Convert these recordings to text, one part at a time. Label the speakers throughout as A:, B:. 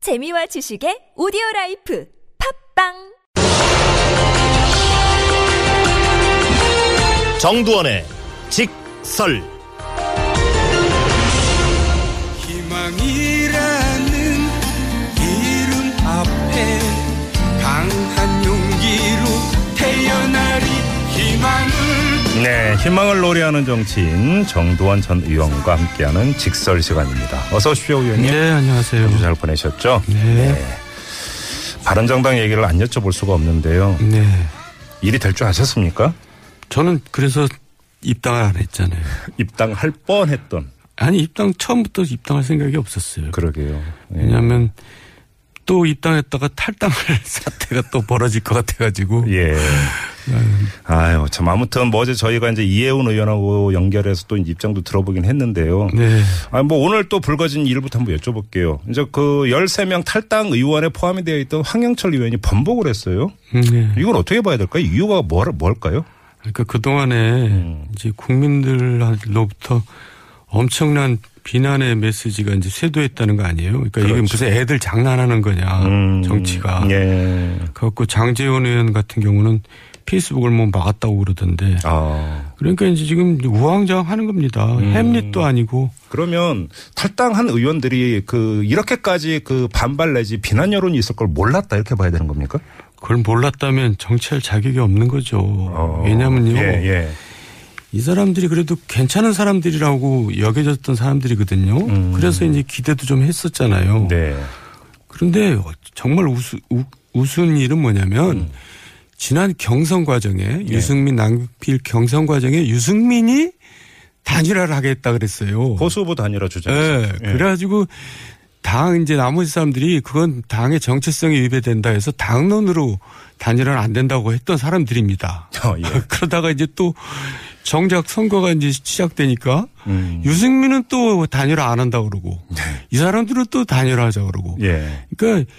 A: 재미와 지식의 오디오 라이프 팝빵
B: 정두원의 직설
C: 희망이라는 이름 앞에 강한 용기로 태어나리 희망을
D: 네, 희망을 노래하는 정치인 정두원 전 의원과 함께하는 직설 시간입니다. 어서 오십시오, 의원님.
C: 네 안녕하세요
D: 잘 보내셨죠?
C: 네,
D: 바른정당 얘기를 안 여쭤볼 수가 없는데요.
C: 네.
D: 일이 될 줄 아셨습니까?
C: 저는 그래서 입당을 안 했잖아요
D: 입당할 뻔했던.
C: 아니 입당 처음부터 입당할 생각이 없었어요
D: 그러게요. 예.
C: 왜냐하면 또 입당했다가 탈당할 사태가 또 벌어질 것 같아가지고
D: 예. 아유, 참. 아무튼 뭐 어제 저희가 이제 이혜훈 의원하고 연결해서 또 이제 입장도 들어보긴 했는데요.
C: 네
D: 아, 뭐 오늘 또 불거진 일부터 한번 여쭤볼게요. 이제 그 13명 탈당 의원에 포함이 되어 있던 황영철 의원이 번복을 했어요.
C: 네.
D: 이건 어떻게 봐야 될까요? 이유가 뭐, 뭘, 뭘까요?
C: 그러니까 그동안에
D: 음.
C: 이제 국민들로부터 엄청난 비난의 메시지가 이제 쇄도했다는 거 아니에요? 그러니까 이게 무슨 애들 장난하는 거냐, 정치가.
D: 그렇죠. 음. 예.
C: 그래갖고 장재원 의원 같은 경우는 페이스북을 뭐 막았다고 그러던데.
D: 아.
C: 그러니까 이제 지금 우왕좌왕 하는 겁니다.
D: 음.
C: 햄릿도 아니고.
D: 그러면 탈당한 의원들이 그 이렇게까지 그 반발 내지 비난 여론이 있을 걸 몰랐다 이렇게 봐야 되는 겁니까?
C: 그걸 몰랐다면 정치할 자격이 없는 거죠.
D: 어.
C: 왜냐면요.
D: 예, 예.
C: 이 사람들이 그래도 괜찮은 사람들이라고 여겨졌던 사람들이거든요. 그래서 이제 기대도 좀 했었잖아요.
D: 음. 네.
C: 그런데 정말 우스, 우, 우스운 일은 뭐냐면
D: 음.
C: 지난 경선
D: 예.
C: 과정에 유승민 남필 경선 과정에 유승민이 단일화를 하겠다 그랬어요.
D: 보수 후보 단일화 주자.
C: 예. 그래가지고 당 이제 나머지 사람들이 그건 당의 정체성이 위배된다 해서 당론으로 단일화는 안 된다고 했던 사람들입니다.
D: 어, 예.
C: 그러다가 이제 또 정작 선거가 이제 시작되니까
D: 음. 네.
C: 유승민은 또 단일화 안 한다 그러고 이 사람들은 또 단일화하자 그러고
D: 예.
C: 그러니까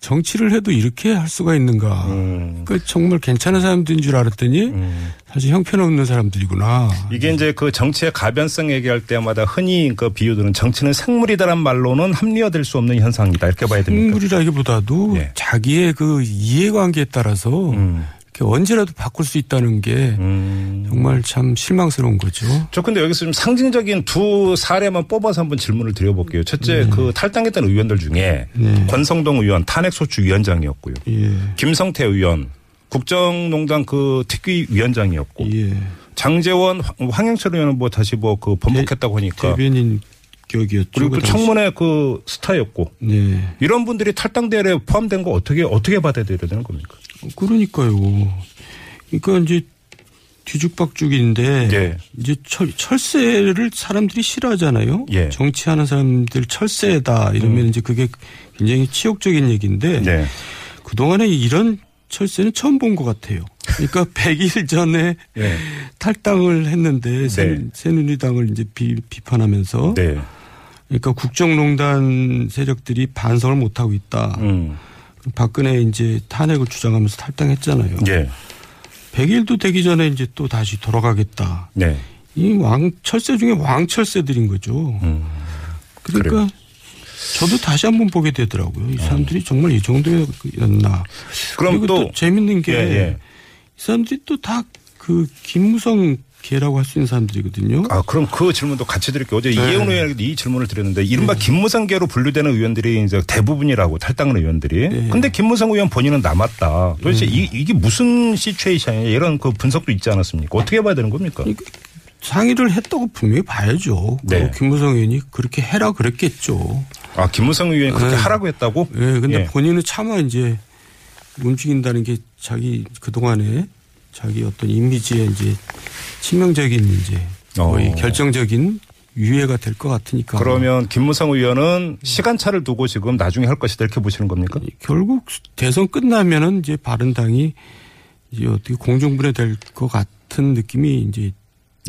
C: 정치를 해도 이렇게 할 수가 있는가.
D: 음.
C: 그러니까 정말 괜찮은 사람들인 줄 알았더니 사실 형편없는 사람들이구나.
D: 이게 이제 그 정치의 가변성 얘기할 때마다 흔히 그 비유들은 정치는 생물이다란 말로는 합리화될 수 없는 현상이다 이렇게 봐야
C: 음.
D: 됩니까?
C: 흥물이라기보다도
D: 예.
C: 자기의 그 이해관계에 따라서 이렇게 언제라도 바꿀 수 있다는 게
D: 음.
C: 정말 참 실망스러운 거죠.
D: 저 근데 여기서 좀 상징적인 두 사례만 뽑아서 한번 질문을 드려볼게요. 첫째 그 탈당했던 의원들 중에 권성동 의원 탄핵소추 위원장이었고요.
C: 예.
D: 김성태 의원 국정농단 그 특위 위원장이었고
C: 예.
D: 장재원 황- 황영철 의원은 뭐 다시 뭐 그 번복했다고 하니까
C: 대변인 격이었죠.
D: 그리고 또
C: 예. 그 당시.
D: 청문회 그 스타였고
C: 네.
D: 이런 분들이 탈당 대회에 포함된 거 어떻게 어떻게 받아들여야 되는 겁니까?
C: 그러니까요. 그러니까 이제 뒤죽박죽인데
D: 예.
C: 이제 철, 철새를 사람들이 싫어하잖아요.
D: 예. 음.
C: 정치하는 사람들 철새다 이러면 이제 그게 굉장히 치욕적인 얘기인데
D: 네.
C: 그동안에 이런 철새는 처음 본 것 같아요. 그러니까 100일 전에
D: 예.
C: 탈당을 했는데 새,
D: 네.
C: 새누리당을 이제 비, 비판하면서
D: 네.
C: 그러니까 국정농단 세력들이 반성을 못 하고 있다.
D: 음.
C: 박근혜 이제 탄핵을 주장하면서 탈당했잖아요.
D: 예.
C: 100일도 되기 전에 이제 또 다시 돌아가겠다.
D: 네.
C: 이 왕철새 중에 왕철새들인 거죠. 그러니까
D: 음. 그래요.
C: 저도 다시 한번 보게 되더라고요. 이 사람들이 정말 이 정도였나.
D: 그럼
C: 그리고
D: 또-
C: 또, 재밌는 게 이
D: 예, 예.
C: 사람들이 또 다 그 김무성 계라고 할 수 있는 사람들이거든요.
D: 아, 그럼 그 질문도 같이 드릴게요.
C: 네.
D: 어제 이혜훈 의원에게 이 질문을 드렸는데 이른바 김무성계로 분류되는 의원들이 이제 대부분이라고 탈당한 의원들이.
C: 네.
D: 근데 김무성 의원 본인은 남았다. 도대체 이, 이게 무슨 시츄에이션이냐 이런 그 분석도 있지 않았습니까? 어떻게 봐야 되는 겁니까?
C: 상의를 했다고 분명히 봐야죠.
D: 네.
C: 그리고 김무성 의원이 그렇게 해라 그랬겠죠.
D: 아, 김무성 의원이 그렇게
C: 네.
D: 하라고 했다고?
C: 예, 근데
D: 예.
C: 본인은 차마 이제 움직인다는 게 자기 그동안에 자기 어떤 이미지에 이제 치명적인 이제 거의
D: 어.
C: 결정적인 유해가 될 것 같으니까.
D: 그러면 김무성 의원은 시간차를 두고 지금 나중에 할 것이다 이렇게 보시는 겁니까?
C: 결국 대선 끝나면은 이제 바른당이 이제 어떻게 공중분해 될 것 같은 느낌이 이제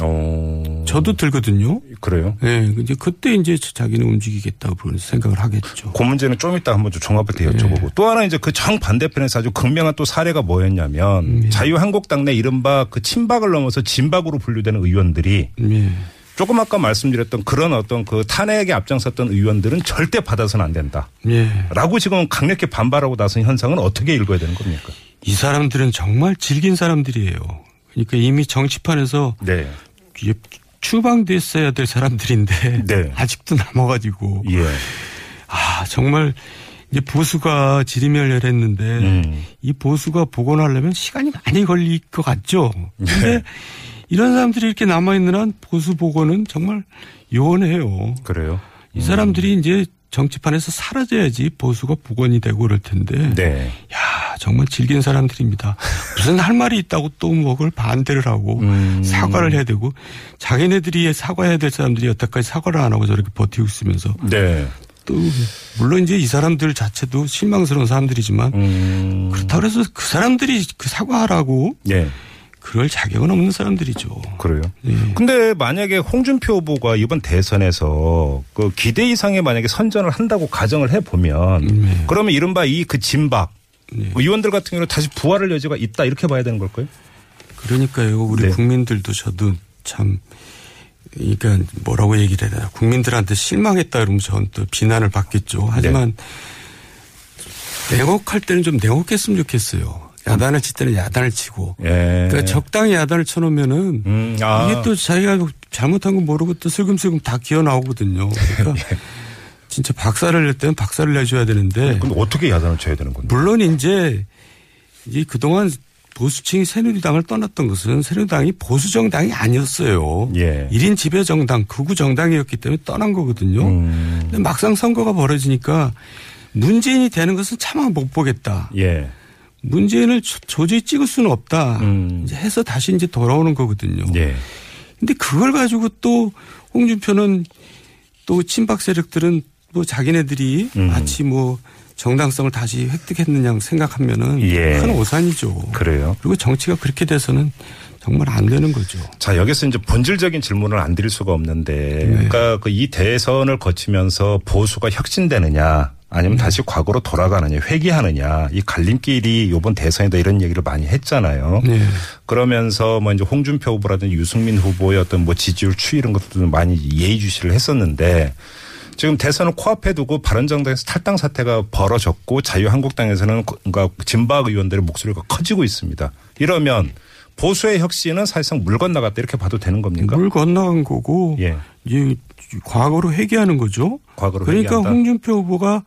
D: 어.
C: 저도 들거든요.
D: 그래요.
C: 예, 이제 그때 이제 자기는 움직이겠다고 그런 생각을 하겠죠.
D: 그 문제는 좀 이따 한번 좀 종합할 때 여쭤보고 또 하나 이제 그 정반대편에서 아주 극명한 또 사례가 음, 예. 뭐였냐면 자유한국당 내 이른바 그 친박을 넘어서 진박으로 분류되는 의원들이
C: 예.
D: 조금 아까 말씀드렸던 그런 어떤 그 탄핵에 앞장섰던 의원들은 절대 받아서는 안 된다.
C: 예.
D: 라고 지금 강력히 반발하고 나선 현상은 어떻게 읽어야 되는 겁니까?
C: 이 사람들은 정말 질긴 사람들이에요. 그러니까 이미 정치판에서
D: 네.
C: 이게 추방됐어야 될 사람들인데
D: 네.
C: 아직도 남아가지고
D: 예.
C: 아 정말 이제 보수가 지리멸렬했는데
D: 음.
C: 이 보수가 복원하려면 시간이 많이 걸릴 것 같죠.
D: 네.
C: 근데 이런 사람들이 이렇게 남아 있는 한 보수 복원은 정말 요원해요.
D: 그래요.
C: 이 사람들이 이제 정치판에서 사라져야지 보수가 복원이 되고 그럴 텐데.
D: 네.
C: 야 정말 질긴 사람들입니다. 무슨 할 말이 있다고 또 뭐 그걸 반대를 하고 사과를 해야 되고 자기네들이 사과해야 될 사람들이 여태까지 사과를 안 하고 저렇게 버티고 있으면서
D: 네.
C: 또 물론 이제 이 사람들 자체도 실망스러운 사람들이지만
D: 음.
C: 그렇다 그래서 그 사람들이 그 사과하라고
D: 네.
C: 그럴 자격은 없는 사람들이죠.
D: 그래요.
C: 예.
D: 근데 만약에 홍준표 후보가 이번 대선에서 그 기대 이상의 만약에 선전을 한다고 가정을 해보면
C: 네.
D: 그러면 이른바 이 그 진박 뭐 의원들 같은 경우는 다시 부활을 여지가 있다 이렇게 봐야 되는 걸까요?
C: 그러니까요 우리
D: 네.
C: 국민들도 저도 참 그러니까 뭐라고 얘기를 해야 되나 국민들한테 실망했다 그러면 저는 또 비난을
D: 네.
C: 받겠죠. 하지만 냉혹할 때는 좀 냉혹했으면 좋겠어요. 야단을 칠 때는 야단을 치고
D: 예.
C: 그러니까 적당히 야단을 쳐놓으면은
D: 음, 아.
C: 이게 또 자기가 잘못한 거 모르고 또 슬금슬금 다 기어 나오거든요. 그러니까
D: 네.
C: 진짜 박살을 낼 때는 박살을 내줘야 되는데
D: 근데 어떻게 야단을 쳐야 되는 건데?
C: 물론 이제 이 그동안 보수층이 새누리당을 떠났던 것은 새누리당이 보수 정당이 아니었어요.
D: 예.
C: 1인 지배 정당, 극우 정당이었기 때문에 떠난 거거든요.
D: 음.
C: 근데 막상 선거가 벌어지니까 문재인이 되는 것은 차마 못 보겠다.
D: 예.
C: 문재인을 조- 조지 찍을 수는 없다.
D: 음.
C: 이제 해서 다시 이제 돌아오는 거거든요.
D: 예.
C: 근데 그걸 가지고 또 홍준표는 또 친박 세력들은 뭐 자기네들이
D: 음.
C: 마치 뭐 정당성을 다시 획득했느냐 생각하면은
D: 예.
C: 큰 오산이죠.
D: 그래요.
C: 그리고 정치가 그렇게 돼서는 정말 안 되는 거죠.
D: 자, 여기서 이제 본질적인 질문을 안 드릴 수가 없는데, 그러니까 그 이 대선을 거치면서 보수가 혁신되느냐, 아니면 다시 과거로 돌아가느냐, 회귀하느냐, 이 갈림길이 요번 대선이다 이런 얘기를 많이 했잖아요.
C: 네.
D: 그러면서 뭐 이제 홍준표 후보라든지 유승민 후보의 어떤 뭐 지지율 추이 이런 것도 좀 많이 예의주시를 했었는데, 지금 대선을 코앞에 두고 바른정당에서 탈당 사태가 벌어졌고 자유한국당에서는 그러니까 진박 의원들의 목소리가 커지고 있습니다. 이러면 보수의 혁신은 사실상 물 건너갔다 이렇게 봐도 되는 겁니까?
C: 물 건너간 거고
D: 그러니까? 예.
C: 이 과거로 회귀하는 거죠.
D: 과거로
C: 그러니까
D: 회귀한다?
C: 홍준표 후보가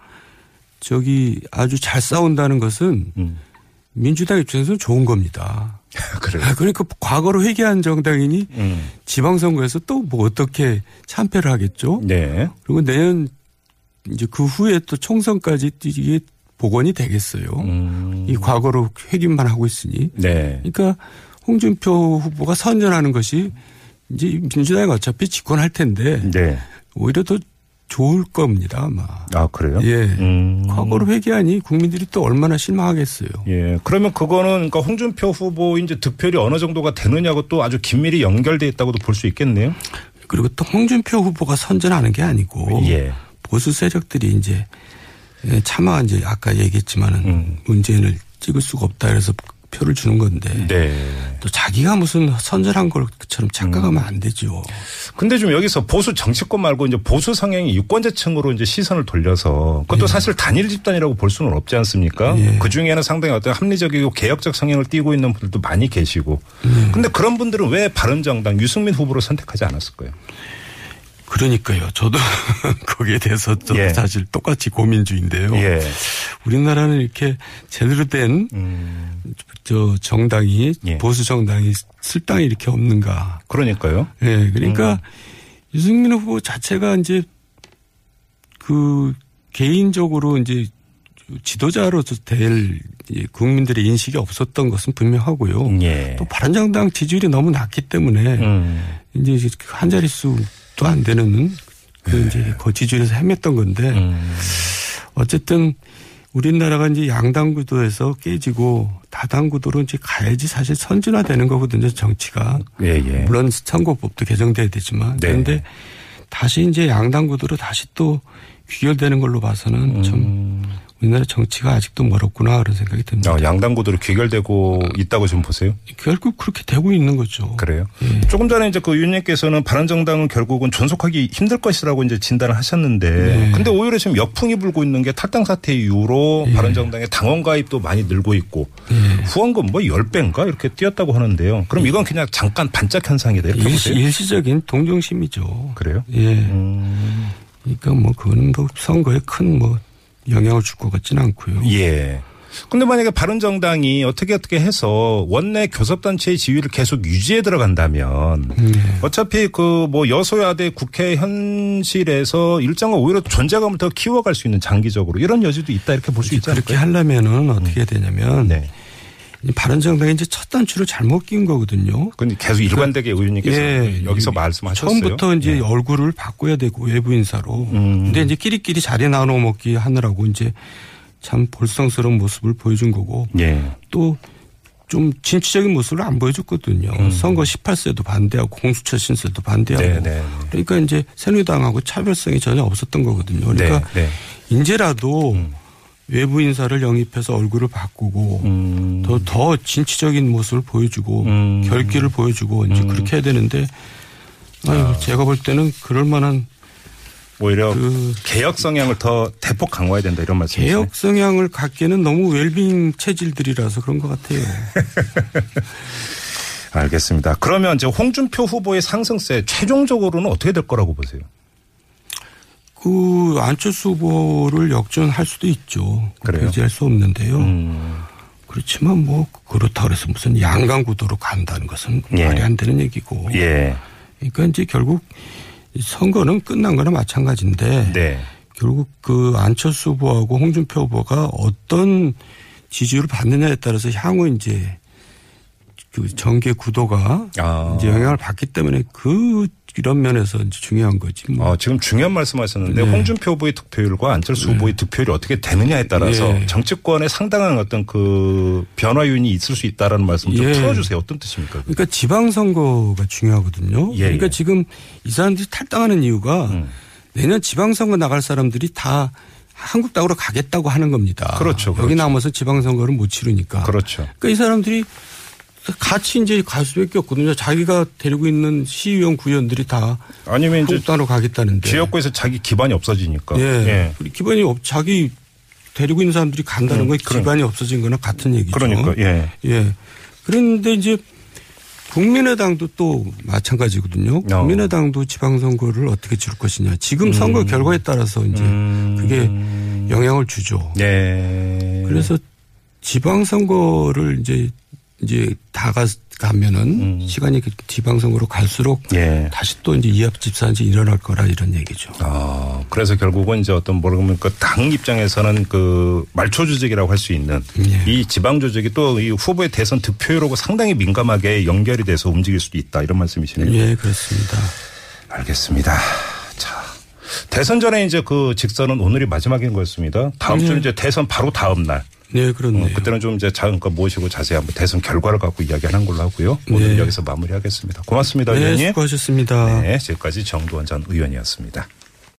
C: 저기 아주 잘 싸운다는 것은
D: 음.
C: 민주당 입장에서는 좋은 겁니다.
D: 그래요.
C: 아, 그러니까 과거로 회귀한 정당이니
D: 음.
C: 지방선거에서 또 뭐 어떻게 참패를 하겠죠.
D: 네.
C: 그리고 내년 이제 그 후에 또 총선까지 이게 복원이 되겠어요.
D: 음.
C: 이 과거로 회귀만 하고 있으니.
D: 네.
C: 그러니까 홍준표 후보가 선전하는 것이 이제 민주당이 어차피 집권할 텐데
D: 네.
C: 오히려 더 좋을 겁니다 아마.
D: 아, 그래요?
C: 예.
D: 음.
C: 과거로 회귀하니 국민들이 또 얼마나 실망하겠어요.
D: 예. 그러면 그거는 그러니까 홍준표 후보 이제 득표율이 어느 정도가 되느냐고 또 아주 긴밀히 연결돼 있다고도 볼 수 있겠네요.
C: 그리고 또 홍준표 후보가 선전하는 게 아니고
D: 예.
C: 보수 세력들이 이제 예, 차마 이제 아까 얘기했지만은
D: 음.
C: 문재인을 찍을 수가 없다 그래서 표를 주는 건데
D: 네.
C: 또 자기가 무슨 선전한 것처럼 착각하면
D: 음.
C: 안 되죠.
D: 근데 좀 여기서 보수 정치권 말고 이제 보수 성향이 유권자층으로 이제 시선을 돌려서 그것도 사실 단일 집단이라고 볼 수는 없지 않습니까?
C: 예.
D: 그 중에는 상당히 어떤 합리적이고 개혁적 성향을 띠고 있는 분들도 많이 계시고.
C: 예.
D: 근데 그런 분들은 왜 바른정당 유승민 후보를 선택하지 않았을까요?
C: 그러니까요. 저도 거기에 대해서 저도
D: 예.
C: 사실 똑같이 고민 중인데요.
D: 예.
C: 우리나라는 이렇게 제대로 된
D: 음,
C: 저 정당이
D: 예.
C: 보수 정당이 쓸당이 이렇게 없는가.
D: 그러니까요.
C: 예, 그러니까
D: 음.
C: 유승민 후보 자체가 이제 그 개인적으로 이제 지도자로서 될 이 국민들의 인식이 없었던 것은 분명하고요.
D: 예.
C: 또 바른정당 지지율이 너무 낮기 때문에
D: 음,
C: 이제 그 한 자릿수도 안 되는 그 이제 그 지지율에서 헤맸던 건데
D: 네. 음.
C: 어쨌든 우리나라가 이제 양당 구도에서 깨지고 다당 구도로 이제 가야지 사실 선진화되는 거거든요 정치가
D: 예, 예.
C: 네. 물론 선거법도 개정돼야 되지만
D: 네.
C: 그런데
D: 음.
C: 다시 이제 양당 구도로 다시 또 귀결되는 걸로 봐서는 참 우리나라 정치가 아직도 멀었구나 그런 생각이 듭니다.
D: 어, 양당구도로 귀결되고 있다고 좀 보세요.
C: 결국 그렇게 되고 있는 거죠.
D: 그래요. 조금 전에 이제 그 의원님께서는 바른정당은 결국은 존속하기 힘들 것이라고 이제 진단을 하셨는데, 근데 오히려 지금 역풍이 불고 있는 게 탈당 사태 이후로 바른정당의 당원 가입도 많이 늘고 있고 후원금 뭐 10배인가 이렇게 뛰었다고 하는데요. 그럼 이건 그냥 잠깐 반짝 현상이다 이렇게
C: 일시,
D: 보세요.
C: 일시적인 동정심이죠.
D: 그래요? 음.
C: 예. 그러니까 뭐 그거는 뭐 선거에 큰 뭐 영향을 줄 것 같지는 않고요.
D: 예. 근데 만약에 바른정당이 어떻게 어떻게 해서 원내 교섭단체의 지위를 계속 유지해 들어간다면
C: 음.
D: 어차피 그 뭐 여소야대 국회 현실에서 일정과 오히려 존재감을 더 키워갈 수 있는 장기적으로 이런 여지도 있다 이렇게 볼 수 있지
C: 그렇게
D: 않을까요?
C: 하려면은 어떻게 해야 되냐면
D: 네.
C: 이 바른정당이 이제 첫 단추를 잘못 낀 거거든요.
D: 그건 계속 일관되게 의원님께서
C: 예.
D: 여기서 말씀하셨어요. 예.
C: 처음부터 이제 얼굴을 바꿔야 되고 외부 인사로.
D: 음.
C: 근데 이제 끼리끼리 자리 나눠 먹기 하느라고 이제 참 볼썽스러운 모습을 보여준 거고
D: 예.
C: 또 좀 진취적인 모습을 안 보여줬거든요. 선거 18세도 반대하고 공수처 신설도 반대하고.
D: 음. 네, 네, 네.
C: 그러니까 이제 새누리당하고 차별성이 전혀 없었던 거거든요.
D: 네,
C: 그러니까
D: 네.
C: 이제라도 외부 인사를 영입해서 얼굴을 바꾸고
D: 음.
C: 더, 더 진취적인 모습을 보여주고
D: 음.
C: 결기를 보여주고 이제 그렇게 해야 되는데 아유, 제가 볼 때는 그럴 만한
D: 오히려
C: 그-
D: 개혁 성향을 더 대폭 강화해야 된다 이런 말씀이세요.
C: 개혁 성향을 갖기에는 너무 웰빙 체질들이라서 그런 것 같아요.
D: 알겠습니다. 그러면 이제 홍준표 후보의 상승세 최종적으로는 어떻게 될 거라고 보세요?
C: 그 안철수 후보를 역전할 수도 있죠.
D: 그래요?
C: 배제할 수 없는데요.
D: 음.
C: 그렇지만 뭐 그렇다고 해서 무슨 양강 구도로 간다는 것은
D: 예.
C: 말이 안 되는 얘기고.
D: 예.
C: 그러니까 이제 결국 이 선거는 끝난 거나 마찬가지인데
D: 네.
C: 결국 그 안철수 후보하고 홍준표 후보가 어떤 지지를 받느냐에 따라서 향후 이제 그 정계 구도가
D: 아.
C: 이제 영향을 받기 때문에 그 이런 면에서 이제 중요한 거지. 뭐.
D: 어, 지금 중요한 말씀하셨는데
C: 네.
D: 홍준표 후보의 득표율과 안철수 후보의 득표율이 어떻게 되느냐에 따라서
C: 네.
D: 정치권에 상당한 어떤 그 변화 요인이 있을 수 있다라는 말씀 좀
C: 예.
D: 풀어주세요. 어떤 뜻입니까? 그게?
C: 그러니까 지방선거가 중요하거든요.
D: 예,
C: 그러니까
D: 예. 음.
C: 지금 이 사람들이 탈당하는 이유가 내년 지방선거 나갈 사람들이 다 한국당으로 가겠다고 하는 겁니다.
D: 그렇죠,
C: 여기
D: 그렇죠.
C: 남아서 지방선거를 못 치르니까.
D: 그렇죠.
C: 그러니까 이 사람들이 같이 이제 갈 수밖에 없거든요. 자기가 데리고 있는 시의원 구의원들이 다
D: 아니면 이제
C: 한국당으로 가겠다는데.
D: 지역구에서 자기 기반이 없어지니까.
C: 예.
D: 예.
C: 우리 기반이 없, 자기 데리고 있는 사람들이 간다는
D: 음,
C: 거에
D: 그러니까.
C: 기반이 없어진 거나 같은 얘기죠.
D: 그러니까, 예.
C: 예. 그런데 이제 국민의당도 또 마찬가지거든요.
D: 어.
C: 국민의당도 지방선거를 어떻게 치를 것이냐. 지금 선거
D: 음.
C: 결과에 따라서 이제 그게 영향을 주죠.
D: 예.
C: 그래서 지방선거를 이제 이제 다가가면은 시간이 그 지방선거로 갈수록
D: 음. 예.
C: 다시 또 이제 이합 집산이 일어날 거라 이런 얘기죠.
D: 아, 그래서 결국은 이제 어떤 모르면 그당 입장에서는 그 말초 조직이라고 할 수 있는
C: 예.
D: 이 지방 조직이 또 이 후보의 대선 득표율하고 상당히 민감하게 연결이 돼서 움직일 수도 있다 이런 말씀이시네요.
C: 예, 그렇습니다.
D: 알겠습니다. 자. 대선 전에 이제 그 직선은 오늘이 마지막인 거였습니다. 다음 주 이제 대선 바로 다음 날.
C: 네, 그렇네요.
D: 어, 그때는 좀 이제 잠깐 모시고 자세히 한번 대선 결과를 갖고 이야기하는 걸로 하고요. 오늘
C: 네.
D: 여기서 마무리하겠습니다. 고맙습니다,
C: 네,
D: 의원님.
C: 수고하셨습니다.
D: 네, 지금까지 정두원 전 의원이었습니다.